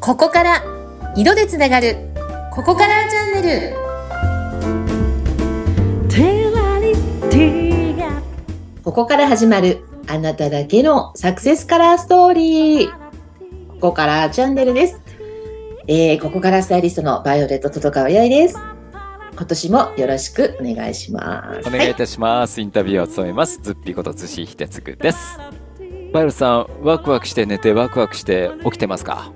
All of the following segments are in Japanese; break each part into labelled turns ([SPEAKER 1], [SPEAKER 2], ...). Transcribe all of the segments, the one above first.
[SPEAKER 1] ここから色でつながるここからチャンネル
[SPEAKER 2] テラリティが
[SPEAKER 1] ここから始まるあなただけのサクセスカラーストーリーここからチャンネルです、えー、ここからスタイリストのバイオレット戸川八重です今年もよろしくお願いします
[SPEAKER 3] お願いい
[SPEAKER 1] は
[SPEAKER 3] たします。インタビューを務めます。ズッピこと寿司ひてつくです。バイルさん、ワクワクして寝て、ワクワクして起きてますか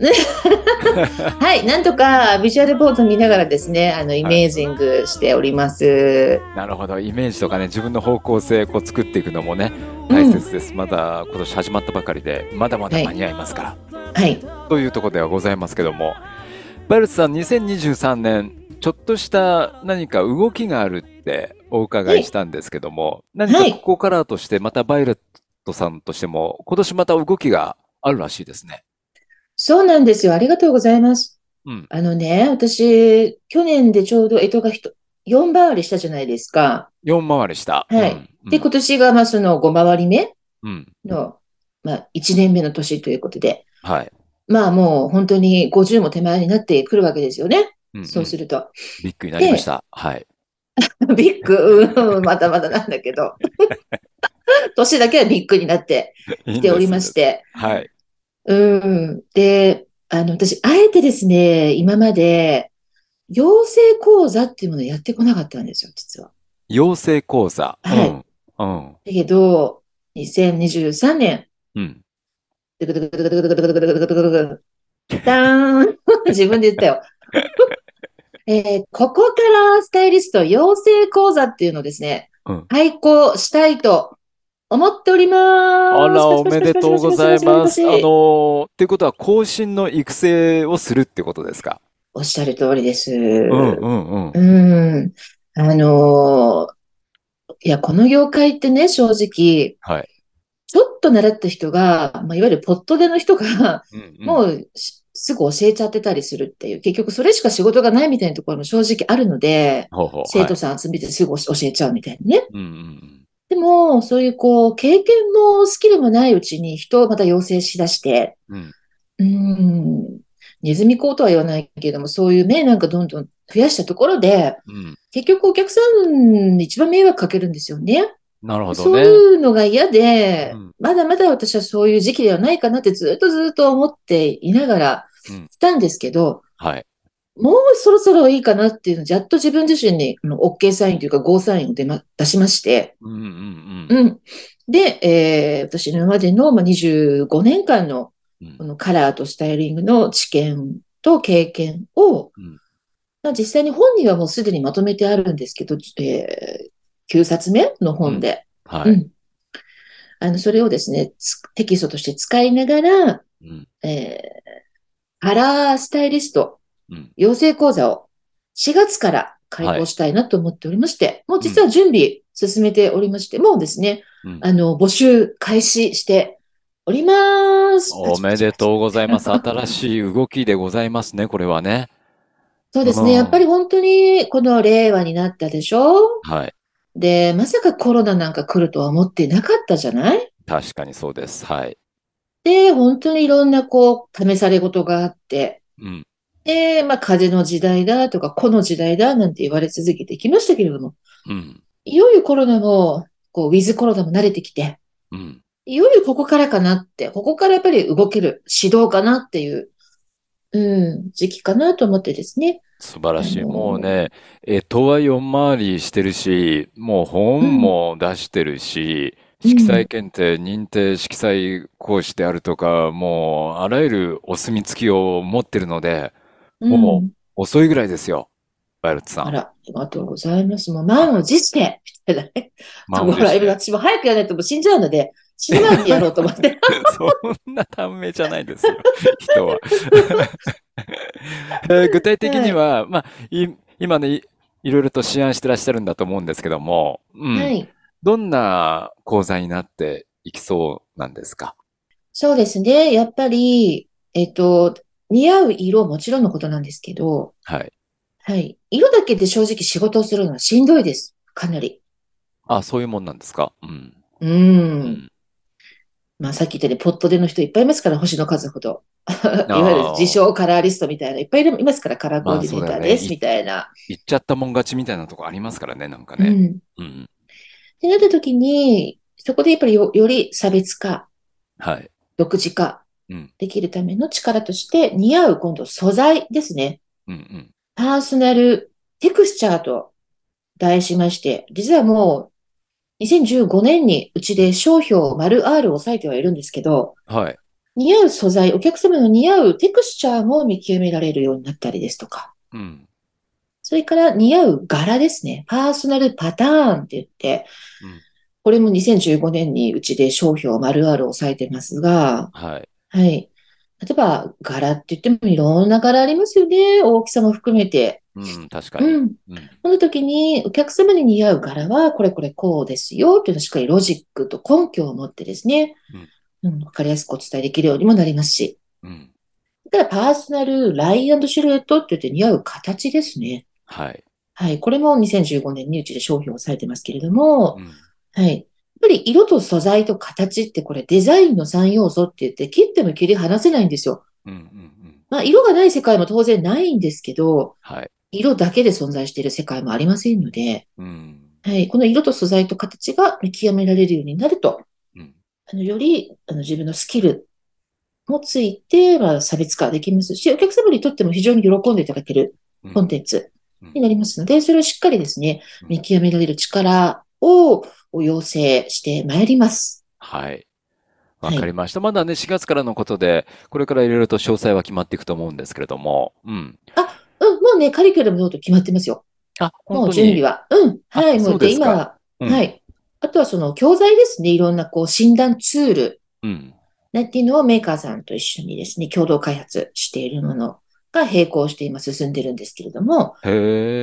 [SPEAKER 1] い、はい、なんとかビジュアルボード見ながらですねあのイメージングしております、
[SPEAKER 3] なるほど。イメージとかね、自分の方向性こう作っていくのもね、大切です。まだ今年始まったばかりで、まだまだ間に合いますから。
[SPEAKER 1] はい
[SPEAKER 3] というところではございますけども、バイルさん、2023年、ちょっとした何か動きがあるってお伺いしたんですけども、何かここからとして、またバイオレットさんとしても、今年また動きがあるらしいですね。
[SPEAKER 1] そうなんですよありがとうございます
[SPEAKER 3] うん。
[SPEAKER 1] あのね、私、去年でちょうど干支がひと4回りしたじゃないですか。
[SPEAKER 3] 4回りした。
[SPEAKER 1] はい
[SPEAKER 3] うん
[SPEAKER 1] で、今年がまあその5回り目
[SPEAKER 3] うん。
[SPEAKER 1] の、まあ、1年目の年ということで、
[SPEAKER 3] はい。
[SPEAKER 1] まあもう本当に50も手前になってくるわけですよね。
[SPEAKER 3] んん
[SPEAKER 1] そうすると。
[SPEAKER 3] ビッグになりました。はい。
[SPEAKER 1] ビッグ、うんまだまだなんだけど。 年だけはビッグになってきておりまし
[SPEAKER 3] いいん
[SPEAKER 1] て。
[SPEAKER 3] です。はい。
[SPEAKER 1] うん。で、あの、私、あえてですね、今まで、養成講座っていうものをやってこなかったんですよ、実は。
[SPEAKER 3] 養成講座。
[SPEAKER 1] はい
[SPEAKER 3] うん。うん。
[SPEAKER 1] だけど、2023年、
[SPEAKER 3] うん。
[SPEAKER 1] ドゥクドゥクドゥクドゥクドゥクドゥクドゥクドゥクドゥクダーン自分で言ったよ。えーここからスタイリスト養成講座っていうのをですね、
[SPEAKER 3] うん
[SPEAKER 1] 開講したいと思っております。
[SPEAKER 3] あら、おめでとうございます。あの
[SPEAKER 1] あの
[SPEAKER 3] ー、ってことは、後進の育成をするってことですか。
[SPEAKER 1] おっしゃる通りです。
[SPEAKER 3] うんうんうん。
[SPEAKER 1] うん。あのーいや、この業界ってね、正直、
[SPEAKER 3] はい
[SPEAKER 1] ちょっと習った人が、まあ、いわゆるポットでの人が、
[SPEAKER 3] うんうん
[SPEAKER 1] もうしすぐ教えちゃってたりするっていう、結局それしか仕事がないみたいなところも正直あるので、
[SPEAKER 3] ほうほう。
[SPEAKER 1] 生徒
[SPEAKER 3] はい
[SPEAKER 1] さん集めてすぐ教えちゃうみたいなね。
[SPEAKER 3] うんうん
[SPEAKER 1] でも、そういうこう、経験もスキルもないうちに人をまた養成しだして、
[SPEAKER 3] うん
[SPEAKER 1] うん、ネズミ講とは言わないけれども、そういうね、なんかどんどん増やしたところで、
[SPEAKER 3] うん。うん。
[SPEAKER 1] 結局お客さんに一番迷惑かけるんですよね。
[SPEAKER 3] なるほど
[SPEAKER 1] そう
[SPEAKER 3] ね。
[SPEAKER 1] いうのが嫌で、
[SPEAKER 3] うん
[SPEAKER 1] まだまだ私はそういう時期ではないかなってずっとずっと思っていながら
[SPEAKER 3] うん
[SPEAKER 1] 来たんですけど、
[SPEAKER 3] はい。
[SPEAKER 1] もうそろそろいいかなっていうのをやっと自分自身にあの OK サインというか GO サインを出,、ま、出しまして、
[SPEAKER 3] うんうんうん。
[SPEAKER 1] うん。で、えー私の今までの、まあ、25年間の
[SPEAKER 3] うん
[SPEAKER 1] このカラーとスタイリングの知見と経験を、
[SPEAKER 3] うん
[SPEAKER 1] まあ、実際に本人はもうすでにまとめてあるんですけど、えー9冊目の本で、
[SPEAKER 3] は
[SPEAKER 1] う
[SPEAKER 3] い。
[SPEAKER 1] ん。あの、それをですね、つテキストとして使いながら、
[SPEAKER 3] うん
[SPEAKER 1] えーカラースタイリスト
[SPEAKER 3] うん
[SPEAKER 1] 養成講座を4月から開講したいなと思っておりまして、もう実は準備進めておりまして、もうですね、
[SPEAKER 3] うん
[SPEAKER 1] あの、募集開始しております。
[SPEAKER 3] おめでとうございます。新しい動きでございますね、これはね。
[SPEAKER 1] そうです
[SPEAKER 3] う
[SPEAKER 1] ね。
[SPEAKER 3] ん
[SPEAKER 1] やっぱり本当にこの令和になったでしょ
[SPEAKER 3] はい。
[SPEAKER 1] で、まさかコロナなんか来るとは思ってなかったじゃない
[SPEAKER 3] 確かにそうです。はい。
[SPEAKER 1] で、本当にいろんなこう、試され事があって、
[SPEAKER 3] うん。
[SPEAKER 1] で、まあ、風の時代だとか、この時代だなんて言われ続けてきましたけれども、
[SPEAKER 3] うん。
[SPEAKER 1] いよいよコロナも、こう、ウィズコロナも慣れてきて、
[SPEAKER 3] うん。
[SPEAKER 1] いよいよここからかなって、ここからやっぱり動ける指導かなっていう、うん、時期かなと思ってですね。
[SPEAKER 3] 素晴らし
[SPEAKER 1] あ
[SPEAKER 3] い。
[SPEAKER 1] のー
[SPEAKER 3] もうね、えとは4回りしてるし、もう本も出してるし、
[SPEAKER 1] うん
[SPEAKER 3] 色彩検定、認定、色彩講師であるとか、もうあらゆるお墨付きを持ってるので、
[SPEAKER 1] うん
[SPEAKER 3] お遅いぐらいですよ。バイルットさ
[SPEAKER 1] あ
[SPEAKER 3] ん。
[SPEAKER 1] ら、ありがとうございます。もう満を持して、みたいな ね。
[SPEAKER 3] 満
[SPEAKER 1] も
[SPEAKER 3] を
[SPEAKER 1] う
[SPEAKER 3] 持し
[SPEAKER 1] ライブ
[SPEAKER 3] て。
[SPEAKER 1] 私も早くやらないともう死んじゃうので、死ぬ前にやろうと思って。
[SPEAKER 3] そんな短命じゃないですよ、人は。 えー具体的には、まあ、い今ね、いいろいろと思案してらっしゃるんだと思うんですけども、うん
[SPEAKER 1] はい。
[SPEAKER 3] どんな講座になっていきそうなんですか
[SPEAKER 1] そうですね。やっぱり、えっと、似合う色もちろんのことなんですけど、
[SPEAKER 3] はい。
[SPEAKER 1] はい。色だけで正直仕事をするのはしんどいです。かなり。
[SPEAKER 3] あ、そういうもんなんですかうん。
[SPEAKER 1] う。
[SPEAKER 3] うんん。
[SPEAKER 1] まあさっき言ったように、ポットでの人いっぱいいますから、星の数ほど。 いわゆる自称カラーリストみたいな、いっぱいいるいますから、カラーコーディネーターです、
[SPEAKER 3] まあそうだよね
[SPEAKER 1] みたいな。
[SPEAKER 3] 言っちゃったもん勝ちみたいなとこありますからね、なんか
[SPEAKER 1] う
[SPEAKER 3] ね。
[SPEAKER 1] ん。っ
[SPEAKER 3] うん。
[SPEAKER 1] てなった時に、そこでやっぱりよより差別化、
[SPEAKER 3] はい。
[SPEAKER 1] 独自化
[SPEAKER 3] うん
[SPEAKER 1] できるための力として、似合う今度素材ですね。
[SPEAKER 3] うんうん。
[SPEAKER 1] パーソナルテクスチャーと題しまして、実はもう2015年にうちで商標丸 R を割いてはいるんですけど、
[SPEAKER 3] はい。
[SPEAKER 1] 似合う素材、お客様の似合うテクスチャーも見極められるようになったりですとか、
[SPEAKER 3] うん。
[SPEAKER 1] それから似合う柄ですね。パーソナルパターンって言って
[SPEAKER 3] うん、
[SPEAKER 1] これも2015年にうちで商標丸 R を割いてますが、
[SPEAKER 3] はい。
[SPEAKER 1] はい。例えば、柄って言ってもいろんな柄ありますよね。大きさも含めて。
[SPEAKER 3] うん、確かに。
[SPEAKER 1] うん。
[SPEAKER 3] うん。
[SPEAKER 1] その時に、お客様に似合う柄は、これこれこうですよ、っていうのをしっかりロジックと根拠を持ってですね、うん、わかりやすくお伝えできるようにもなりますし。
[SPEAKER 3] うん。
[SPEAKER 1] だから、パーソナルラインシルエットって言って似合う形ですね。
[SPEAKER 3] はい。
[SPEAKER 1] はい。これも2015年にうちで商品をされてますけれども、
[SPEAKER 3] うん。
[SPEAKER 1] はい。やっぱり色と素材と形ってこれデザインの3要素って言って切っても切り離せないんですよ。
[SPEAKER 3] うん。うん。うん。
[SPEAKER 1] まあ色がない世界も当然ないんですけど、
[SPEAKER 3] はい。
[SPEAKER 1] 色だけで存在している世界もありませんので、
[SPEAKER 3] うん。
[SPEAKER 1] はい。この色と素材と形が見極められるようになると、
[SPEAKER 3] うん。
[SPEAKER 1] あのよりあの自分のスキルもついて、まあ差別化できますし、お客様にとっても非常に喜んでいただける
[SPEAKER 3] うん
[SPEAKER 1] コンテンツ
[SPEAKER 3] うん
[SPEAKER 1] になりますので、それをしっかりですね、見極められる力をお要請してまいります。
[SPEAKER 3] はい。わかりました。まだね、4月からのことで、これからいろいろと詳細は決まっていくと思うんですけれども。うん。
[SPEAKER 1] うん、もうね、カリキュラムのこと決まってますよ。
[SPEAKER 3] あ、
[SPEAKER 1] も
[SPEAKER 3] 本
[SPEAKER 1] う
[SPEAKER 3] 当
[SPEAKER 1] 準備
[SPEAKER 3] に。
[SPEAKER 1] は。うん、
[SPEAKER 3] あ
[SPEAKER 1] はい、も
[SPEAKER 3] そううで
[SPEAKER 1] です
[SPEAKER 3] か
[SPEAKER 1] 今は、
[SPEAKER 3] うん
[SPEAKER 1] はい。あとはその教材ですね、いろんなこう診断ツール
[SPEAKER 3] うん。
[SPEAKER 1] なんていうのをメーカーさんと一緒にですね、共同開発しているものが並行して今進んでるんですけれども、
[SPEAKER 3] へ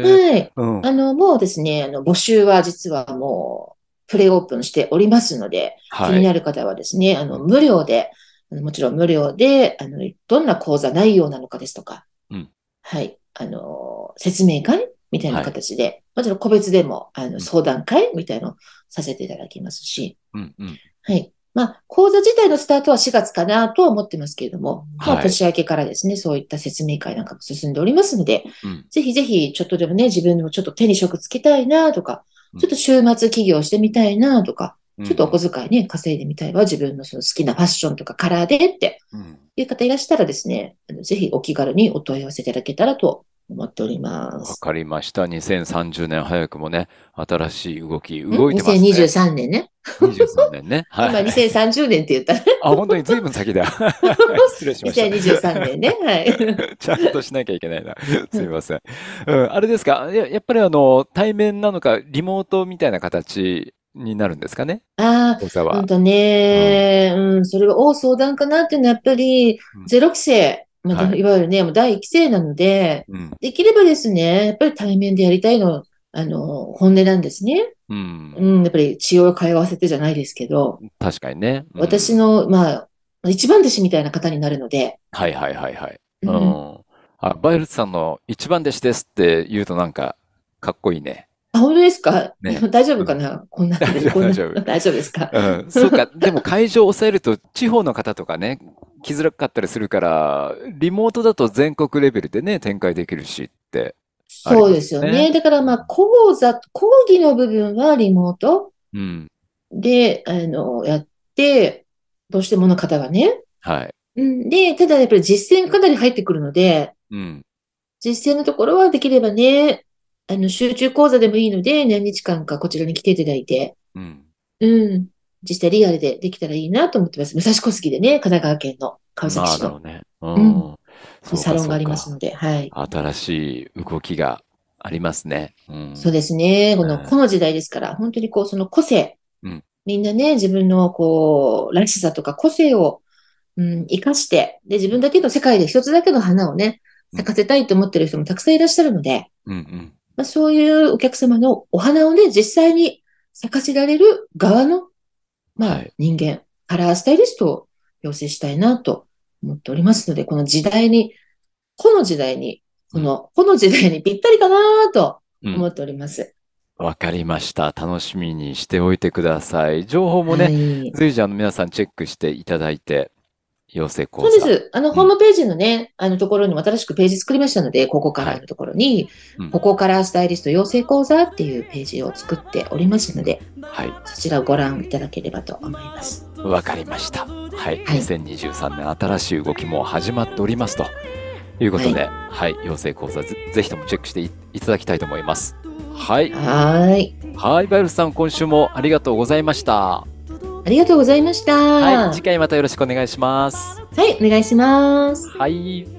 [SPEAKER 3] え。
[SPEAKER 1] はい。
[SPEAKER 3] うん。
[SPEAKER 1] あの、もうですね、あの、募集は実はもう、プレイオープンしておりますので、気
[SPEAKER 3] は
[SPEAKER 1] に
[SPEAKER 3] い。
[SPEAKER 1] なる方はですね、あの、無料で、あのもちろん無料で、あの、どんな講座内容なのかですとか、
[SPEAKER 3] うん
[SPEAKER 1] はい、あの、説明会みたいな形で、もちろん個別でも、あ
[SPEAKER 3] ん
[SPEAKER 1] の、相談会みたいのをさせていただきますし、
[SPEAKER 3] うん。うん。
[SPEAKER 1] はい。まあ、講座自体のスタートは4月かなとは思ってますけれども、まあ
[SPEAKER 3] はい
[SPEAKER 1] 年明けからですね、そういった説明会なんかも進んでおりますので、
[SPEAKER 3] うん。
[SPEAKER 1] ぜひぜひ、ちょっとでもね、自分でもちょっと手に職つけたいなとか
[SPEAKER 3] うん、
[SPEAKER 1] ちょっと週末起業してみたいなとか、
[SPEAKER 3] うん
[SPEAKER 1] ちょっとお小遣いね、稼いでみたいわ。自分のその好きなファッションとかカラーでって
[SPEAKER 3] うん
[SPEAKER 1] いう方いらっしゃったらですね、あのぜひお気軽にお問い合わせいただけたらと思っておりま
[SPEAKER 3] わ
[SPEAKER 1] す。
[SPEAKER 3] かりました。2030年早くもね、新しい動き、
[SPEAKER 1] ん
[SPEAKER 3] 動いてますね。
[SPEAKER 1] 2023年ね。
[SPEAKER 3] 23 年ね。
[SPEAKER 1] 今
[SPEAKER 3] はい。
[SPEAKER 1] 2030年って言った ね。
[SPEAKER 3] あ、本当に随分 先だ。失礼しました。
[SPEAKER 1] 2023年ね。はい。
[SPEAKER 3] ちゃんとしなきゃいけないな。すみません。うん、あれですかや、やっぱりあの、対面なのか、リモートみたいな形になるんですかね
[SPEAKER 1] あ
[SPEAKER 3] 講座
[SPEAKER 1] あ、
[SPEAKER 3] は
[SPEAKER 1] ほん。とね、うん、それが大相談かなっていうのはやっぱり
[SPEAKER 3] うん、
[SPEAKER 1] ゼロ期生、まあ
[SPEAKER 3] はい
[SPEAKER 1] いわゆるね、もう第1期生なので、
[SPEAKER 3] うん。
[SPEAKER 1] できればですね、やっぱり対面でやりたいの、あの、本音なんですね。
[SPEAKER 3] うん。
[SPEAKER 1] うん、やっぱり血を通わせてじゃないですけど、
[SPEAKER 3] 確かにね。うん
[SPEAKER 1] 私の、まあ、一番弟子みたいな方になるので、
[SPEAKER 3] はいはいはいはい。
[SPEAKER 1] う
[SPEAKER 3] うんん。あ、バイルツさんの一番弟子ですって言うとなんか、かっこいいね。
[SPEAKER 1] あ、本当ですか
[SPEAKER 3] ね
[SPEAKER 1] 大丈夫かなこんな、
[SPEAKER 3] 大丈夫
[SPEAKER 1] こんな
[SPEAKER 3] 大丈夫
[SPEAKER 1] 大丈夫ですか
[SPEAKER 3] うん、そうか。でも会場を抑えると、地方の方とかね、来づらかったりするから、リモートだと全国レベルでね、展開できるしって。ありますね
[SPEAKER 1] そうですよね。だからまあ、講座、講義の部分はリモート
[SPEAKER 3] うん。
[SPEAKER 1] で、あの、やって、どうしてもの方はね。
[SPEAKER 3] はい。
[SPEAKER 1] うん、で、ただやっぱり実践かなり入ってくるので、
[SPEAKER 3] うん。
[SPEAKER 1] 実践のところはできればね、あの、集中講座でもいいので、何日間かこちらに来ていただいて、
[SPEAKER 3] うん。
[SPEAKER 1] うん。実際リアルでできたらいいなと思ってます。武蔵小杉でね、神奈川県の川崎
[SPEAKER 3] まあ、
[SPEAKER 1] 市
[SPEAKER 3] だ
[SPEAKER 1] の
[SPEAKER 3] ろうね。うん
[SPEAKER 1] うん。
[SPEAKER 3] そうか
[SPEAKER 1] サロンがあり
[SPEAKER 3] そうか
[SPEAKER 1] ますので、はい。
[SPEAKER 3] 新しい動きがありますね。うん。
[SPEAKER 1] そうですね。この、
[SPEAKER 3] うん
[SPEAKER 1] この時代ですから、本当にこう、その個性
[SPEAKER 3] うん。
[SPEAKER 1] みんなね、自分のこう、らしさとか個性を、うん、生かして、で、自分だけの世界で一つだけの花をね、咲かせたいと思ってる人もたくさんいらっしゃるので、
[SPEAKER 3] うんうん。
[SPEAKER 1] まあ、そういうお客様のお花をね、実際に咲かせられる側の、ま
[SPEAKER 3] は
[SPEAKER 1] あ
[SPEAKER 3] い、
[SPEAKER 1] 人間、カラースタイリストを養成したいなと思っておりますので、この時代に、この時代に、この、この時代にぴったりかなと
[SPEAKER 3] うん
[SPEAKER 1] 思っております。
[SPEAKER 3] わかりました。楽しみにしておいてください。情報もね、
[SPEAKER 1] はい
[SPEAKER 3] 随時あの皆さんチェックしていただいて、い養成講
[SPEAKER 1] そう
[SPEAKER 3] 座。
[SPEAKER 1] です。あの、
[SPEAKER 3] ん
[SPEAKER 1] ホームページのね、あのところにも新しくページ作りましたので、ここからのところに、
[SPEAKER 3] うん
[SPEAKER 1] ここからスタイリスト養成講座っていうページを作っておりますので、
[SPEAKER 3] はい。
[SPEAKER 1] そちらをご覧いただければと思います。
[SPEAKER 3] わかりました。はい。
[SPEAKER 1] はい
[SPEAKER 3] 2023年新しい動きも始まっておりますということで、はい。養成講座ぜ、ぜひともチェックしていいただきたいと思います。はい。
[SPEAKER 1] はーい。
[SPEAKER 3] はい。バイルスさん、今週もありがとうございまし
[SPEAKER 1] あ
[SPEAKER 3] た。
[SPEAKER 1] りがとうございました。
[SPEAKER 3] はい。
[SPEAKER 1] は
[SPEAKER 3] 次回またよろしくお願いします。
[SPEAKER 1] い、お願いします。
[SPEAKER 3] はい。